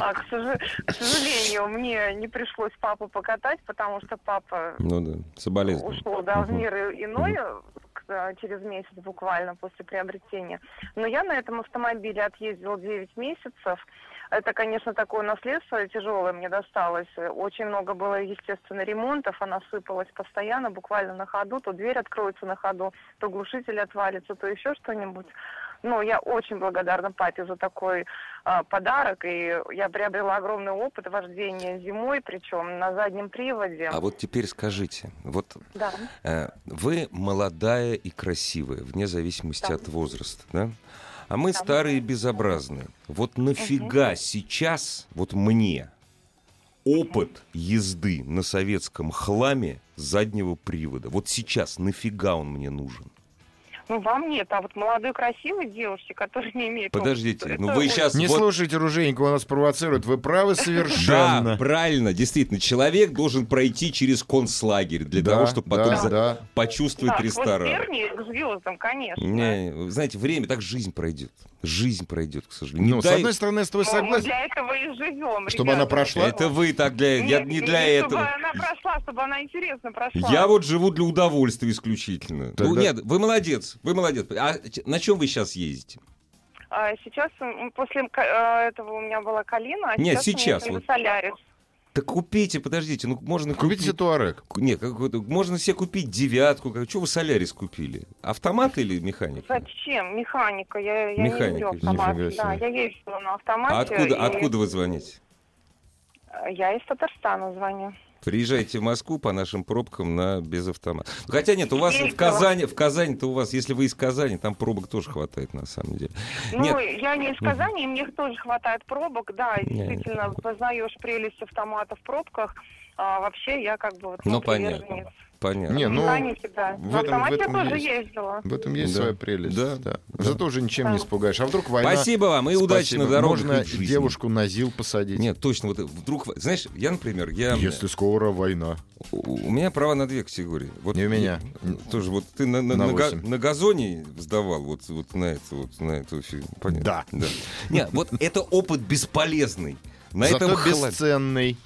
S3: А, К сожа- к сожалению, мне не пришлось папу покатать, потому что папа
S1: Ну да, соболезную.
S3: ушло да, в
S1: Мгм.
S3: мир и- иной к- а, через месяц буквально после приобретения. Но я на этом автомобиле отъездила 9 месяцев. Это, конечно, такое наследство тяжелое мне досталось. Очень много было, естественно, ремонтов. Она сыпалась постоянно, буквально на ходу. То дверь откроется на ходу, то глушитель отвалится, то еще что-нибудь. Ну, я очень благодарна папе за такой а, подарок. И я приобрела огромный опыт вождения зимой, причем на заднем приводе.
S1: А вот теперь скажите, вот
S3: Да.
S1: Э, Вы молодая и красивая, вне зависимости
S3: Да.
S1: от возраста, да? А мы старые и безобразные. Вот нафига сейчас, вот мне, опыт езды на советском хламе заднего привода? Вот сейчас нафига он мне нужен?
S3: Ну, вам нет, а вот молодой красивой девушке, которая не имеет... опыта,
S1: Подождите, ну
S3: это
S1: вы
S3: очень-
S1: сейчас...
S2: Не слушайте Ружейникова, он нас провоцирует. Вы правы
S1: Да,
S2: совершенно.
S1: правильно, действительно, человек должен пройти через концлагерь для
S2: Да,
S1: того, чтобы потом
S2: да,
S1: за-
S2: да.
S1: почувствовать
S3: Да,
S1: ресторан.
S3: сквозь тернии к звездам, конечно. Ну,
S1: Не, вы знаете, время, так жизнь пройдет. Жизнь пройдет, к сожалению. Не
S2: Ну, с
S1: дай-
S2: одной стороны, я с тобой
S3: Мы- Мы
S2: согласен.
S3: для этого и живем,
S2: Чтобы она
S3: ребята.
S2: прошла?
S1: Это вы так для... Я
S3: Нет,
S1: не для
S3: и Чтобы
S1: этого. а
S3: она прошла, чтобы она интересно прошла.
S1: Я вот живу для удовольствия исключительно. Ну,
S2: Тогда-
S1: нет, вы молодец, вы молодец. А ч- на чем вы сейчас ездите?
S3: А сейчас м, после ка- а, этого у меня была калина, а
S1: Нет, сейчас
S3: сейчас, у меня
S1: вот.
S3: только Солярис.
S1: Да купите, подождите, ну можно
S2: Купите себе
S1: купить...
S2: туарек.
S1: Ку- Не, какой-то- можно себе купить девятку. Как... Чего вы Солярис купили? Автомат или механик?
S3: Зачем? Механика. Я, я
S1: Механика,
S3: ездила автомат.
S2: нифига себе.
S3: Да, я ездила на автомате.
S1: А
S3: и-
S1: откуда, откуда вы звоните?
S3: А, Я из Татарстана звоню.
S1: Приезжайте в Москву по нашим пробкам на без автомата. Ну, Хотя нет, у вас в
S3: Есть
S1: Казани, в Казани-то у вас, если вы из Казани, там пробок тоже хватает на самом деле.
S3: Ну,
S1: Нет.
S3: я не из Казани, и мне тоже хватает пробок, да, и
S1: Не, не
S3: действительно, познаешь прелесть автомата в пробках. А вообще, я как бы... Вот,
S1: Ну,
S3: ну,
S1: понятно.
S3: приверженец.
S1: Понятно.
S2: Не, ну,
S3: Механики, да.
S2: в этом-
S3: на
S2: в
S3: автомате
S2: этом
S3: я тоже
S2: есть.
S3: ездила.
S2: В этом есть
S1: Да.
S2: своя прелесть.
S1: Да.
S2: Зато уже ничем не испугаешь. А вдруг война...
S1: Спасибо вам и
S2: Спасибо.
S1: удачи на дорогах. и
S2: Можно
S1: в жизни.
S2: девушку на ЗИЛ посадить.
S1: Нет, точно, вот вдруг... Знаешь, я, например, я...
S2: Если скоро война.
S1: У у меня права на две категории. Вот
S2: Не у меня.
S1: я- Тоже вот ты на, на-
S2: На
S1: на га-
S2: восемь.
S1: на газоне сдавал вот, вот на это, вот на эту фи- понятно.
S2: Да.
S1: Не, вот это опыт бесполезный. На
S2: зато
S1: этом хлам-
S2: бесценный.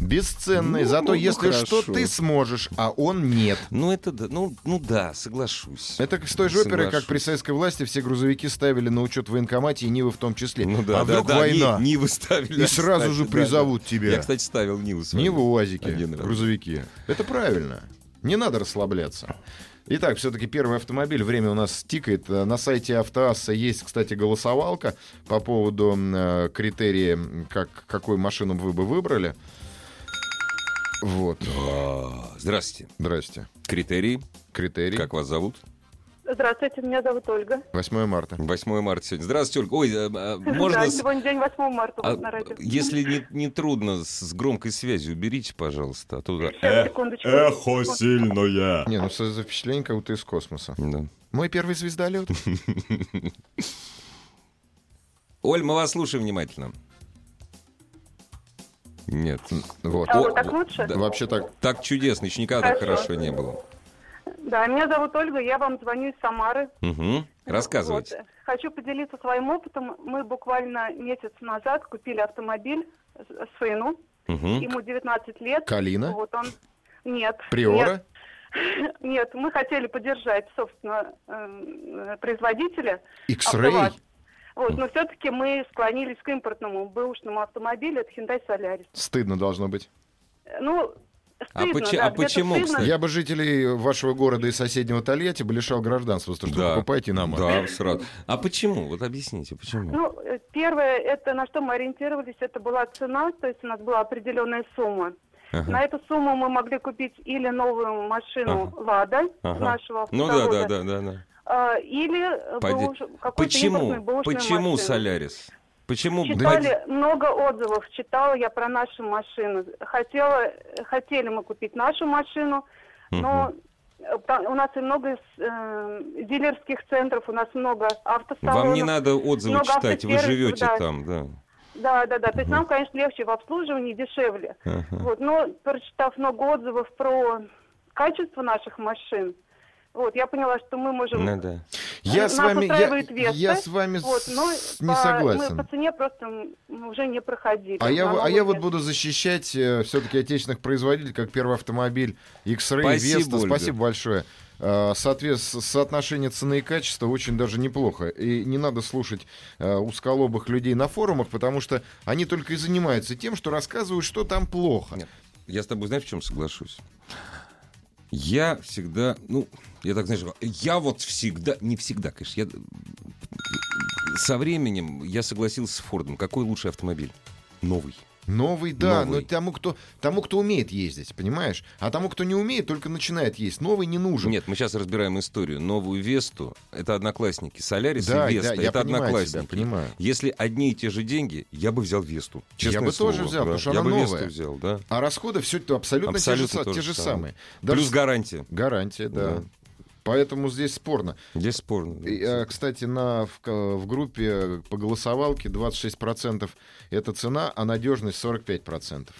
S2: Бесценный.
S1: Ну,
S2: зато
S1: ну,
S2: если что,
S1: хорошо.
S2: ты сможешь, а он нет.
S1: Ну это да, ну, ну да, соглашусь.
S2: Это как с той же оперой, как
S1: Соглашусь.
S2: при советской власти все грузовики ставили на учет в военкомате и Нивы в том числе.
S1: Ну да,
S2: а
S1: да,
S2: вдруг
S1: да,
S2: война?
S1: Ни- Нивы ставили.
S2: И сразу же
S1: кстати, да,
S2: призовут
S1: да.
S2: тебя.
S1: Я, кстати, ставил Ниву свою.
S2: Нивы, УАЗики,
S1: Один раз.
S2: грузовики. Это правильно. Не надо расслабляться. Итак, все-таки первый автомобиль. Время у нас тикает. Э, На сайте Автоасса есть, кстати, голосовалка по поводу м, э, критерия, м, как, какую машину вы бы выбрали. Вот.
S1: А, Здравствуйте.
S2: Здрасте.
S1: Критерии.
S2: Критерий.
S1: Как вас зовут?
S9: Здравствуйте, меня зовут Ольга.
S2: 8 марта.
S1: 8 марта сегодня. Здравствуйте, Ольга. Ой, э, э, можно...
S9: Да,
S1: с-
S9: сегодня день 8 марта у
S1: а,
S9: вас на радио.
S1: если не, не трудно, с с громкой связью уберите, пожалуйста. А то... да.
S2: Э,
S9: Сейчас, секундочку.
S1: сильное.
S2: Не, ну со- за впечатление, как будто из космоса.
S1: Да.
S2: Мой первый звездолет.
S1: Оль, мы вас слушаем внимательно. Нет.
S2: Вот.
S9: А
S1: О,
S9: вот так
S1: о,
S9: лучше?
S1: да.
S2: Вообще так.
S1: Так чудесно, еще никогда так
S9: Хорошо.
S1: хорошо не было.
S9: Да, меня зовут Ольга, я вам звоню из Самары.
S1: Угу. Рассказывайте.
S9: Вот, э, Хочу поделиться своим опытом. Мы буквально месяц назад купили автомобиль с- сыну.
S1: Мгм.
S9: Ему 19 лет.
S2: Калина.
S9: Вот он... Нет.
S2: Приора.
S9: Нет, нет, мы хотели поддержать, собственно, э, производителя.
S2: X-Ray.
S9: «АвтоВАЗ». Вот, но все-таки мы склонились к импортному бэушному автомобилю, это Hyundai Solaris.
S2: Стыдно должно быть.
S9: Ну,
S1: А
S9: стыдно,
S1: поче-
S9: да,
S1: а
S9: где-то
S1: почему,
S9: стыдно.
S1: кстати?
S2: Я бы жителей вашего города и соседнего Тольятти бы лишал гражданства, потому что
S1: Да.
S2: вы покупаете иномарку.
S1: Да, сразу. А почему? Вот объясните, почему?
S9: Ну, э, первое, это на что мы ориентировались, это была цена, то есть у нас была определенная сумма.
S1: Ага.
S9: На эту сумму мы могли купить или новую машину «Лада»
S1: Ага.
S9: нашего
S1: Ну
S9: автозавода,
S1: да, да, да, да, да.
S9: а, или э,
S1: Поди-
S9: бэуш- какую-то
S1: Почему?
S9: импортную бэушную
S1: Почему Ну,
S9: машину.
S1: Солярис? Почему?
S9: Читали много отзывов, читала я про нашу машину. Хотела, хотели мы купить нашу машину, но э, та- у нас и много э, дилерских центров, у нас много автосалонов.
S1: Вам не надо отзывы
S9: много
S1: читать, вы
S9: автосервисов,
S1: живете
S9: да.
S1: там, да.
S9: Да, да, да. То есть нам, конечно, легче в обслуживании, дешевле.
S1: Ага.
S9: Вот, но прочитав много отзывов про качество наших машин, вот, я поняла, что мы можем
S1: Ну да.
S2: Я
S9: Э, Нас
S2: с вами, я,
S9: устраивает Веста.
S2: я с вами
S9: Вот,
S2: с-
S9: но
S2: не
S9: по-
S2: согласен.
S9: Мы по цене просто м, уже не проходили.
S2: А я,
S9: На
S2: в- а
S9: новый
S2: я вот
S9: вес.
S2: буду защищать все-таки отечественных производителей, как первый автомобиль X-Ray
S1: Спасибо,
S2: Vesta.
S1: Ольга.
S2: Спасибо большое. Э, соответ- с- соотношение цены и качества очень даже неплохо. И не надо слушать э, узколобых людей на форумах, потому что они только и занимаются тем, что рассказывают, что там плохо.
S1: Нет. Я с тобой, знаешь, в чем соглашусь? Я всегда, ну, я так, знаешь, я вот всегда, не всегда, конечно, я со временем я согласился с Фордом. Какой лучший автомобиль? Новый.
S2: Новый, да,
S1: Новый.
S2: но тому кто, тому, кто умеет ездить, понимаешь? А тому, кто не умеет, только начинает ездить. Новый не нужен.
S1: Нет, мы сейчас разбираем историю. Новую Весту — это одноклассники. Солярис
S2: да,
S1: и
S2: да,
S1: Веста —
S2: я
S1: это
S2: понимаю тебя,
S1: одноклассники.
S2: понимаю.
S1: Если одни и те же деньги, я бы взял Весту. Честное
S2: бы
S1: слово,
S2: тоже взял,
S1: да.
S2: потому что
S1: Я
S2: она
S1: бы
S2: новая.
S1: Весту взял, да.
S2: А расходы все абсолютно, те же,
S1: Абсолютно
S2: са-
S1: то
S2: те же
S1: же самое.
S2: самые. Даже
S1: Плюс гарантия.
S2: гарантия, да.
S1: Да.
S2: Поэтому здесь спорно.
S1: Здесь спорно. да.
S2: И, а, э, Кстати, на, в, к- в группе по голосовалке 26% это цена, а надежность 45%.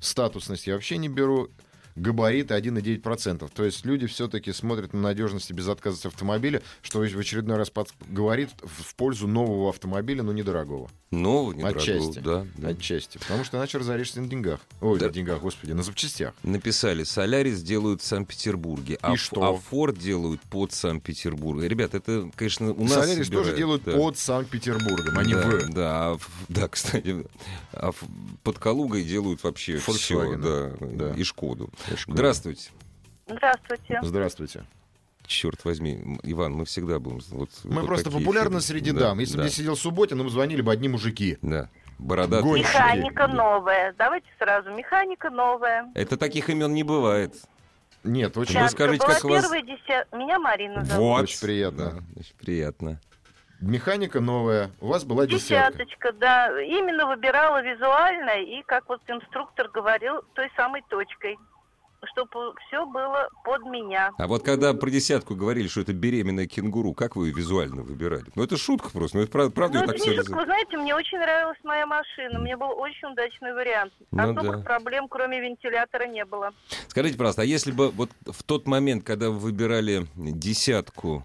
S2: Статусность я вообще не беру. Габариты 1,9%. То есть люди все-таки смотрят на надежность и безотказность автомобиля, что в очередной раз под- говорит в в пользу нового автомобиля, но недорогого.
S1: Нового недорогого,
S2: Отчасти. А
S1: да, да.
S2: Отчасти. Потому что иначе разоришься на деньгах. Ой,
S1: Да.
S2: на деньгах, господи, на запчастях.
S1: Написали, Солярис делают в Санкт-Петербурге, а,
S2: И
S1: Ф-
S2: что?
S1: а Форд делают под Санкт-Петербург. Ребят, это, конечно, у нас...
S2: Солярис тоже
S1: собирают,
S2: делают
S1: да.
S2: под Санкт-Петербургом, а не
S1: да,
S2: в.
S1: Да, а в- да, кстати, а в- под Калугой делают вообще все,
S2: Volkswagen,
S1: да,
S2: да.
S1: и Шкоду. Здравствуйте.
S10: Здравствуйте.
S2: Здравствуйте.
S1: Черт возьми, М, Иван, мы всегда будем... Вот,
S2: Мы
S1: вот
S2: просто
S1: такие
S2: популярны
S1: всегда.
S2: среди
S1: Да,
S2: дам. Если бы
S1: да,
S2: я сидел субботин, нам звонили бы одни мужики.
S1: Да, бородатые.
S2: Гонщики.
S10: Механика
S1: Да.
S10: новая. Давайте сразу. Механика новая.
S2: Ну,
S1: Это таких имен не бывает.
S2: Нет, очень,
S10: Так,
S2: быстро.
S1: скажите,
S10: была
S1: как вас-
S10: первая десят- Меня Марина зовут.
S1: Вот.
S2: Очень приятно.
S1: Да, очень приятно.
S2: механика новая. У вас была десятка.
S10: Десяточка, да. Именно выбирала визуально и, как вот инструктор говорил, той самой точкой. Чтобы все было под меня.
S1: А вот когда про десятку говорили, что это беременная кенгуру, как вы ее визуально выбирали? Ну это шутка просто, ну это прав- правда,
S10: Ну,
S1: я так
S10: это
S1: всё
S10: не шутка.
S1: раз-
S10: вы знаете, мне очень нравилась моя машина. Мне был очень удачный вариант.
S1: Ну
S10: Особых
S1: да.
S10: проблем, кроме вентилятора, не было.
S1: Скажите, пожалуйста, а если бы вот в тот момент, когда вы выбирали десятку,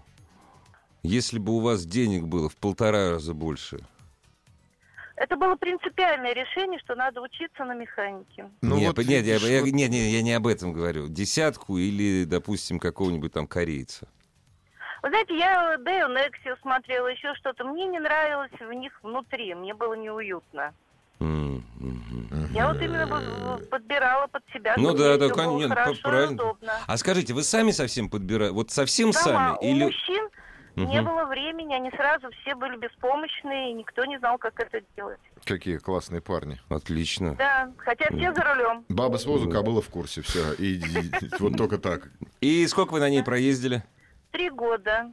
S1: если бы у вас денег было в полтора раза больше,
S10: Это было принципиальное решение, что надо учиться на механике.
S1: Не, по- нет, я,
S2: видишь,
S1: я-
S2: Ну вот-
S1: нет, нет, я не об этом говорю. Десятку или, допустим, какого-нибудь там корейца.
S10: Вы знаете, я Дэйл Нексию смотрела, еще что-то. Мне не нравилось в них внутри, мне было неуютно.
S1: М, мгм.
S10: Я вот именно вот, вот подбирала под себя.
S1: Ну
S10: чтобы
S1: да,
S10: мне
S1: да,
S10: всё было
S1: конечно,
S10: хорошо и
S1: правильно.
S10: удобно.
S1: А скажите, вы сами совсем подбираете? Вот совсем
S10: Сама,
S1: сами?
S10: у
S1: Или...
S10: мужчин не
S1: Мгм.
S10: было времени, они сразу все были беспомощные, и никто не знал, как это делать.
S2: Какие классные парни.
S1: Отлично.
S10: Да, хотя все за рулем.
S2: Баба с воздуха была в курсе, все. И, и- вот только так.
S1: И сколько вы на ней проездили?
S10: Три года.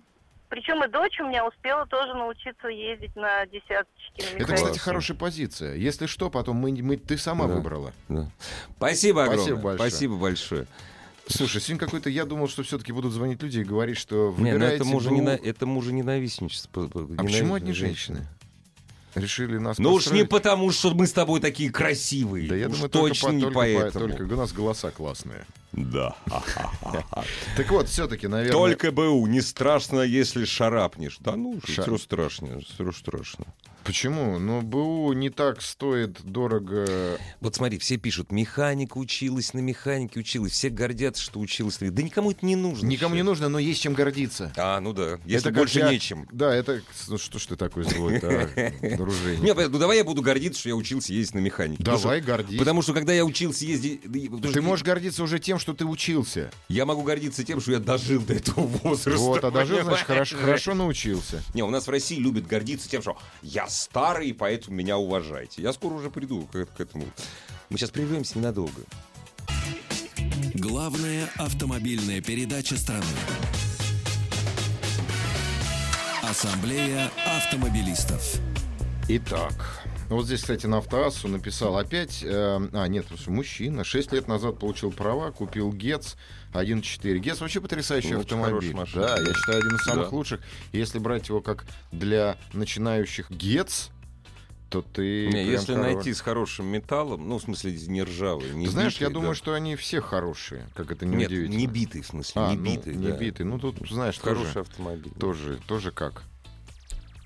S10: Причем и дочь у меня успела тоже научиться ездить на десяточке. на
S2: Это,
S10: механике.
S2: кстати, хорошая позиция. Если что, потом мы, мы- ты сама
S1: Да.
S2: выбрала.
S1: Да. Спасибо огромное.
S2: Спасибо большое.
S1: Спасибо большое.
S2: Слушай, сегодня какой-то... Я думал, что все-таки будут звонить люди и говорить, что
S1: Не, ну
S2: выбираете
S1: это мужа
S2: двух.
S1: нена- это мужененавистничество.
S2: А почему одни женщины? Решили нас
S1: Ну уж не
S2: построить?
S1: потому, что мы с тобой такие красивые.
S2: Да я
S1: Уж
S2: думаю,
S1: точно
S2: только, по-
S1: не
S2: только, по-
S1: поэтому.
S2: только у нас голоса классные.
S1: Да.
S2: Так вот, все-таки, наверное...
S1: А Только БУ, не страшно, если шарапнешь. Да ну,
S2: Ша-
S1: все страшно, все страшно.
S2: Почему? Ну, БУ не так стоит дорого.
S1: Вот смотри, все пишут, механика училась, на механике училась. Все гордятся, что училась. на- Да никому это не нужно.
S2: Никому не
S1: сейчас.
S2: нужно, но есть чем гордиться.
S1: А, ну да, если
S2: как
S1: больше
S2: я-
S1: нечем.
S2: Да, это... ну, что ж ты такой злой, да, дружище?
S1: Не, понятно, ну давай я буду гордиться, что я учился ездить на механике. Потому что-
S2: Давай гордись.
S1: Потому что когда я учился ездить... да и- потому
S2: Ты
S1: что
S2: можешь гордиться уже тем, что ты учился.
S1: Я могу гордиться тем, что я дожил до этого возраста.
S2: Вот, а даже,
S1: понимаешь?
S2: значит, хорошо, хорошо научился.
S1: Не, у нас в России любят гордиться тем, что я старый, поэтому меня уважайте. Я скоро уже приду к, к этому. Мы сейчас прервемся ненадолго.
S4: Главная автомобильная передача страны. Ассамблея автомобилистов.
S2: Итак, ну вот здесь, кстати, на автоассу написал опять... э, а, нет, слушай, мужчина. 6 лет назад получил права, купил ГЕЦ 1.4. ГЕЦ вообще потрясающий
S1: Очень
S2: автомобиль.
S1: хорошая машина.
S2: Да, я считаю, один из самых
S1: Да.
S2: лучших. Если брать его как для начинающих ГЕЦ, то ты...
S1: Не,
S2: прям
S1: если
S2: король.
S1: найти с хорошим металлом, ну, в смысле, не ржавый, не
S2: Ты знаешь, я
S1: битый,
S2: думаю,
S1: да.
S2: что они все хорошие, как это не
S1: Нет,
S2: удивительно.
S1: не битый, в смысле,
S2: А,
S1: не
S2: ну,
S1: битый.
S2: не
S1: да.
S2: битый. Ну, тут, знаешь,
S1: Хороший
S2: тоже,
S1: автомобиль.
S2: тоже, тоже как.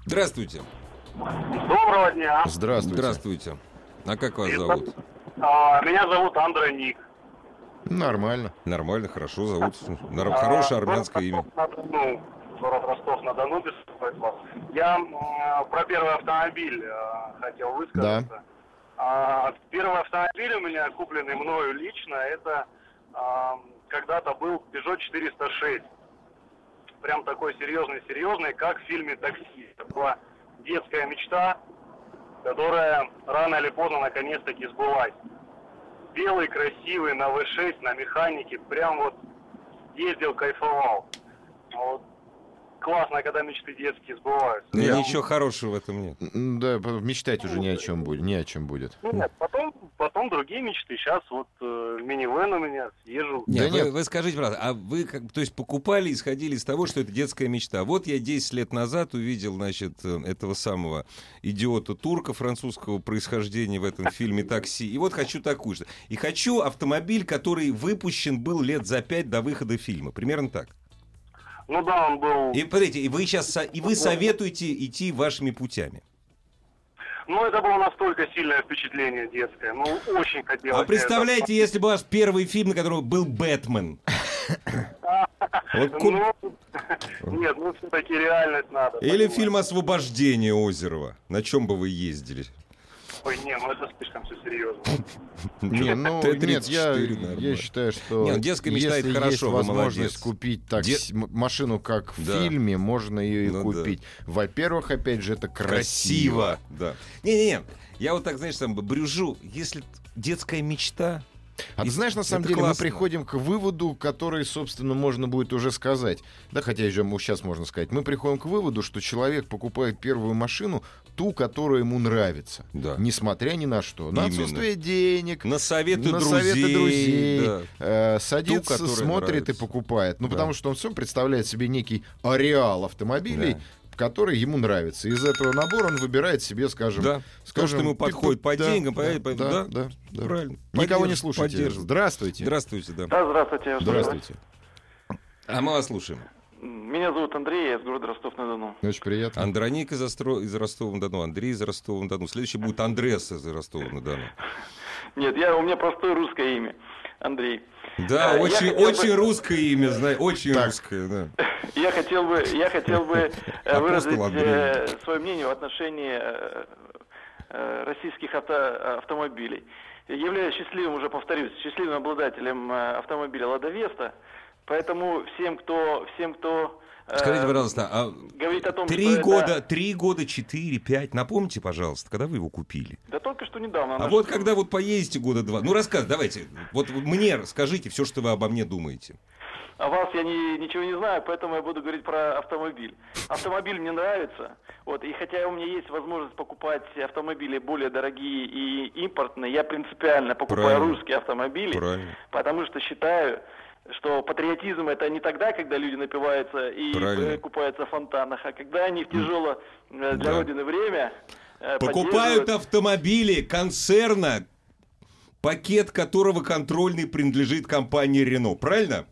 S1: Здравствуйте.
S11: Доброго дня.
S2: Здравствуйте.
S1: Здравствуйте. А как вас зовут?
S11: а, меня зовут Андрей Ник.
S2: Нормально.
S1: Нормально, хорошо зовут. Нар- Хорошее армянское имя.
S11: Ну, город Ростов-на-Дону беспокоит вас. Я м, про первый автомобиль э, хотел высказаться. А, Первый автомобиль у меня, купленный мною лично, это ам, когда-то был Peugeot 406. Прям такой серьезный-серьезный, как в фильме «Такси». Это была детская мечта, которая рано или поздно наконец-таки сбылась. Белый, красивый, на V6, на механике, прям Ну, вот ездил, кайфовал. Вот. классно, когда мечты детские сбываются.
S1: Ну,
S2: Я-
S1: Ничего хорошего в этом нет.
S2: М, Да, потом мечтать
S1: Ну,
S2: уже ни о чем будет, ни о чем будет.
S11: Ну, нет, потом, потом другие мечты. Сейчас вот э, минивэн у меня, съезжу.
S2: Да
S1: Нет, вы,
S2: нет.
S1: вы скажите, правда, а вы как, бы, то есть покупали, исходили из того, что это детская мечта. Вот я 10 лет назад увидел, значит, э, этого самого идиота турка французского происхождения в этом фильме «Такси». И вот хочу такую же. И хочу автомобиль, который выпущен был лет за 5 до выхода фильма. Примерно так.
S11: Ну да, он был...
S1: И смотрите, и вы сейчас со- и вы советуете идти вашими путями.
S11: Ну, это было настолько сильное впечатление детское. Ну, очень хотелось.
S1: А представляете, если бы ваш первый фильм, на котором был Бэтмен. Вот
S11: это.
S1: ку-
S11: Ну, нет, ну, все-таки реальность надо.
S1: Или
S11: понимать.
S1: фильм «Освобождение Озерова». На чем бы вы ездили?
S11: Ой, не, ну это слишком все серьезно.
S2: Не, ну, нет, я,
S1: Т-34
S2: я
S1: нормально.
S2: считаю, что
S1: Нет, ну, детская мечта
S2: если
S1: это хорошо,
S2: есть
S1: вы
S2: возможность
S1: молодец.
S2: купить так,
S1: Де-
S2: с- м- машину, как в
S1: Да.
S2: фильме, можно ее и
S1: Ну да.
S2: купить. Во-первых, опять же, это красиво.
S1: Красиво. Да. Не-не-не, я вот так, знаешь, там брюжу. Если т- детская мечта...
S2: А
S1: И
S2: ты знаешь, на самом
S1: это
S2: деле
S1: классно.
S2: мы приходим к выводу, который, собственно, можно будет уже сказать. Да, хотя еще сейчас можно сказать. Мы приходим к выводу, что человек покупает первую машину, ту, которая ему нравится.
S1: Да.
S2: Несмотря ни на что. На
S1: Именно.
S2: отсутствие денег,
S1: На советы
S2: на
S1: друзей.
S2: советы друзей,
S1: да.
S2: э, садится,
S1: которая
S2: смотрит
S1: нравится.
S2: и покупает. Ну,
S1: Да.
S2: потому что он все представляет себе некий ареал автомобилей, который ему нравится. Из этого набора он выбирает себе, скажем,
S1: Да. То, что
S2: скажем,
S1: ему
S2: пи- пи-
S1: подходит по
S2: да,
S1: деньгам,
S2: да,
S1: по- по-
S2: да,
S1: да,
S2: да, да.
S1: Правильно.
S2: Никого не
S1: Поддерживаю,
S2: слушайте.
S1: поддерживаю.
S2: Здравствуйте.
S1: Здравствуйте, да.
S12: Да, здравствуйте. я слушаю.
S2: Здравствуйте.
S1: А мы вас слушаем.
S12: Меня зовут Андрей, я из города Ростов-на-Дону.
S2: Очень приятно.
S1: Андроник из, Остро- из Ростова-на-Дону, Андрей из Ростова-на-Дону. Следующий будет Андрес из Ростова-на-Дону.
S12: Нет, я, у меня простое русское имя. Андрей.
S1: Да,
S12: Э, я
S1: очень,
S12: хотел бы-
S1: очень русское имя, знаю, очень русское, да.
S12: Я хотел бы, я хотел бы э,
S1: Апостол
S12: выразить э,
S1: Андрей.
S12: свое мнение в отношении э, э, российских авто- автомобилей. Я являюсь счастливым, уже повторюсь, счастливым обладателем э, автомобиля Лада Веста, поэтому всем, кто, всем, кто э,
S1: Скажите, пожалуйста, а
S12: говорит о том,
S1: три
S12: что
S1: года,
S12: это-
S1: три года, четыре, пять, напомните, пожалуйста, когда вы его купили?
S12: да только что недавно.
S1: А
S12: наш-
S1: вот когда вот поедете года два, ну рассказ, давайте, вот мне расскажите все, что вы обо мне думаете.
S12: О вас я ни- ничего не знаю, поэтому я буду говорить про автомобиль. Автомобиль мне нравится. Вот, и хотя у меня есть возможность покупать автомобили более дорогие и импортные, я принципиально покупаю
S1: Правильно.
S12: русские автомобили,
S1: Правильно.
S12: потому что считаю, что патриотизм это не тогда, когда люди напиваются и
S1: Правильно.
S12: э, купаются в фонтанах, а когда они в тяжелое э, для
S1: Да.
S12: Родины время э,
S1: Покупают
S12: поддерживают-
S1: автомобили концерна, пакет которого контрольный принадлежит компании Рено, правильно?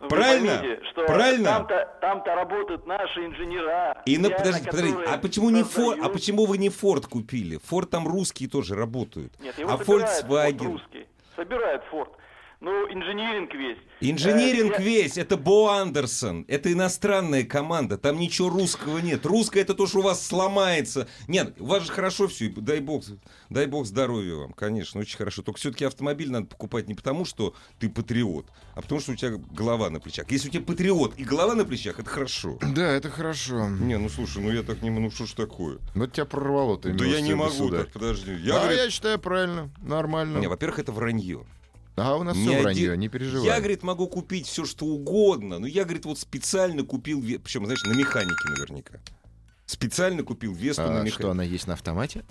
S12: Вы
S1: правильно?
S12: поймите, что
S1: Правильно?
S12: Там-то, там-то работают наши инженера.
S1: И на-
S12: реально,
S1: подождите, подождите, а
S12: которые
S1: почему не Форд, а
S12: создают-
S1: почему вы не Форд купили? Форд там русские тоже работают.
S12: Нет, его
S1: а
S12: собирает Форд
S1: Volkswagen.
S12: русский. Собирает Форд. Ну, инжиниринг весь.
S1: Инжиниринг
S12: Э, я-
S1: весь, это Бо Андерсон, это иностранная команда, там ничего русского нет. Русское это то, что у вас сломается. Нет, у вас же хорошо все, дай бог, дай бог здоровья вам, конечно, очень хорошо. Только все-таки автомобиль надо покупать не потому, что ты патриот, а потому, что у тебя голова на плечах. Если у тебя патриот и голова на плечах, это хорошо.
S2: Да, это хорошо.
S1: Не, ну слушай, ну я так не могу, ну что ж такое?
S2: Ну тебя прорвало ты.
S1: да я не
S2: милостивый
S1: могу,
S2: государь.
S1: так, подожди. Я,
S2: Я,
S1: говорит,
S2: я считаю правильно, нормально.
S1: Не, во-первых, это вранье.
S2: А у нас
S1: Ни
S2: все
S1: один-
S2: вранье, не переживай.
S1: Я, говорит, могу купить все, что угодно. Но я, говорит, вот специально купил... Причем, знаешь, на механике наверняка. Специально купил Весту на
S2: А, что
S1: механике.
S2: она есть на автомате?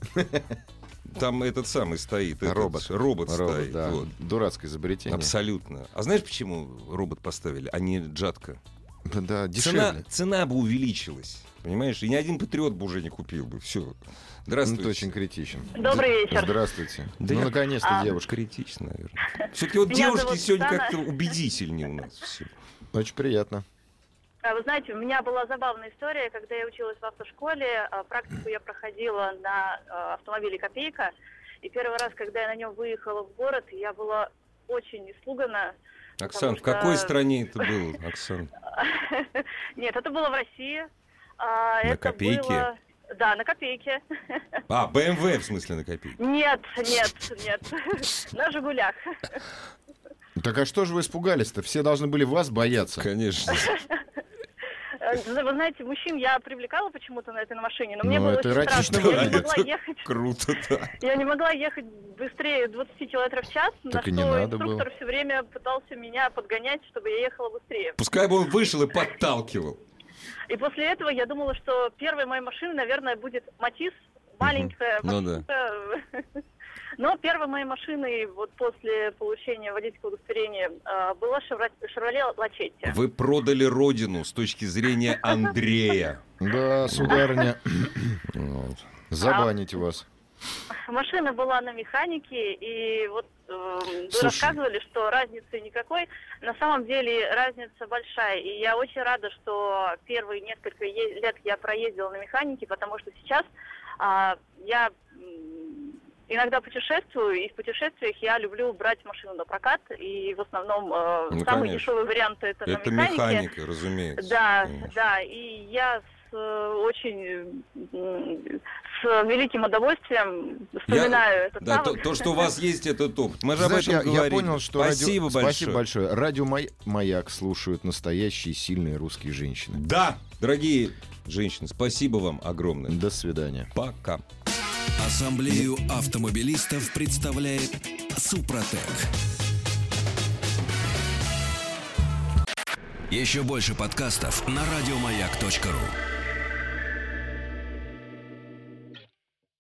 S1: Там этот самый стоит. этот
S2: Робот. Робот,
S1: Робот стоит.
S2: да.
S1: вот.
S2: Дурацкое изобретение.
S1: Абсолютно. А знаешь, почему робот поставили, а не джатка?
S2: Да, да,
S1: Цена,
S2: дешевле.
S1: цена бы увеличилась. Понимаешь? И ни один патриот бы уже не купил бы. Все.
S2: Ну,
S1: Здравствуйте.
S2: ты очень критичен.
S13: Добрый вечер.
S2: Здравствуйте.
S1: Да
S2: ну,
S1: я-
S2: наконец-то,
S13: А.
S2: девушка.
S1: Критично, наверное. Все-таки вот
S13: Меня
S1: девушки
S13: зовут
S1: сегодня
S13: Оксана.
S1: как-то убедительнее у нас. всё.
S2: Очень приятно.
S13: А, Вы знаете, у меня была забавная история, когда я училась в автошколе, а, практику я проходила на э, автомобиле «Копейка», и первый раз, когда я на нем выехала в город, я была очень испугана.
S1: Оксан,
S13: Потому
S1: в какой
S13: что-
S1: стране это было, Оксан?
S13: Нет, это было в России. А,
S1: На
S13: это
S1: «Копейке»?
S13: было- Да, на «Копейке».
S1: А, БМВ, в смысле, на копейку.
S13: Нет, нет, нет, на «Жигулях».
S2: Так а что же вы испугались-то? Все должны были вас бояться.
S1: Конечно.
S13: Э, Вы знаете, мужчин я привлекала почему-то на этой машине, но мне
S2: Ну,
S13: было
S2: это
S13: очень
S2: эротично
S13: страшно. Я не
S1: выглядит.
S13: могла ехать.
S1: Круто, да.
S13: Я не могла ехать быстрее 20 километров в час, на
S2: Так
S13: что
S2: и не надо
S13: инструктор
S2: было.
S13: все время пытался меня подгонять, чтобы я ехала быстрее.
S1: Пускай бы он вышел и подталкивал.
S13: И после этого я думала, что первой моей машиной, наверное, будет Матис, маленькая.
S1: Ну да.
S13: машинка. Но первой моей машиной вот после получения водительского удостоверения э, была «Шевро- «Шевроле Лачетти».
S1: Вы продали родину с точки зрения Андрея.
S2: Да, сударыня,
S13: А.
S2: забанить вас.
S13: Машина была на механике, и вот э, вы
S2: Слушай.
S13: рассказывали, что разницы никакой. На самом деле разница большая, и я очень рада, что первые несколько е- лет я проездила на механике, потому что сейчас а, я м, иногда путешествую, и в путешествиях я люблю брать машину на прокат, и в основном э,
S1: Ну,
S13: самый
S1: конечно.
S13: дешевый вариант это,
S1: Это
S13: на механике.
S1: механика, разумеется.
S13: Да,
S1: Конечно.
S13: да, и я с э, очень э, с великим удовольствием вспоминаю этот
S1: Да, то,
S13: навык.
S1: то, что у вас есть этот опыт. Мы же
S2: Знаешь,
S1: об
S2: я,
S1: этом
S2: я
S1: говорили.
S2: понял, что
S1: Спасибо
S2: радио...
S1: большое.
S2: Спасибо большое. Радио Май- Маяк слушают настоящие сильные русские женщины.
S1: Да, дорогие женщины, спасибо вам огромное.
S2: До свидания.
S1: Пока.
S4: Ассамблею автомобилистов представляет Супротек. Еще больше подкастов на радиомаяк.ру.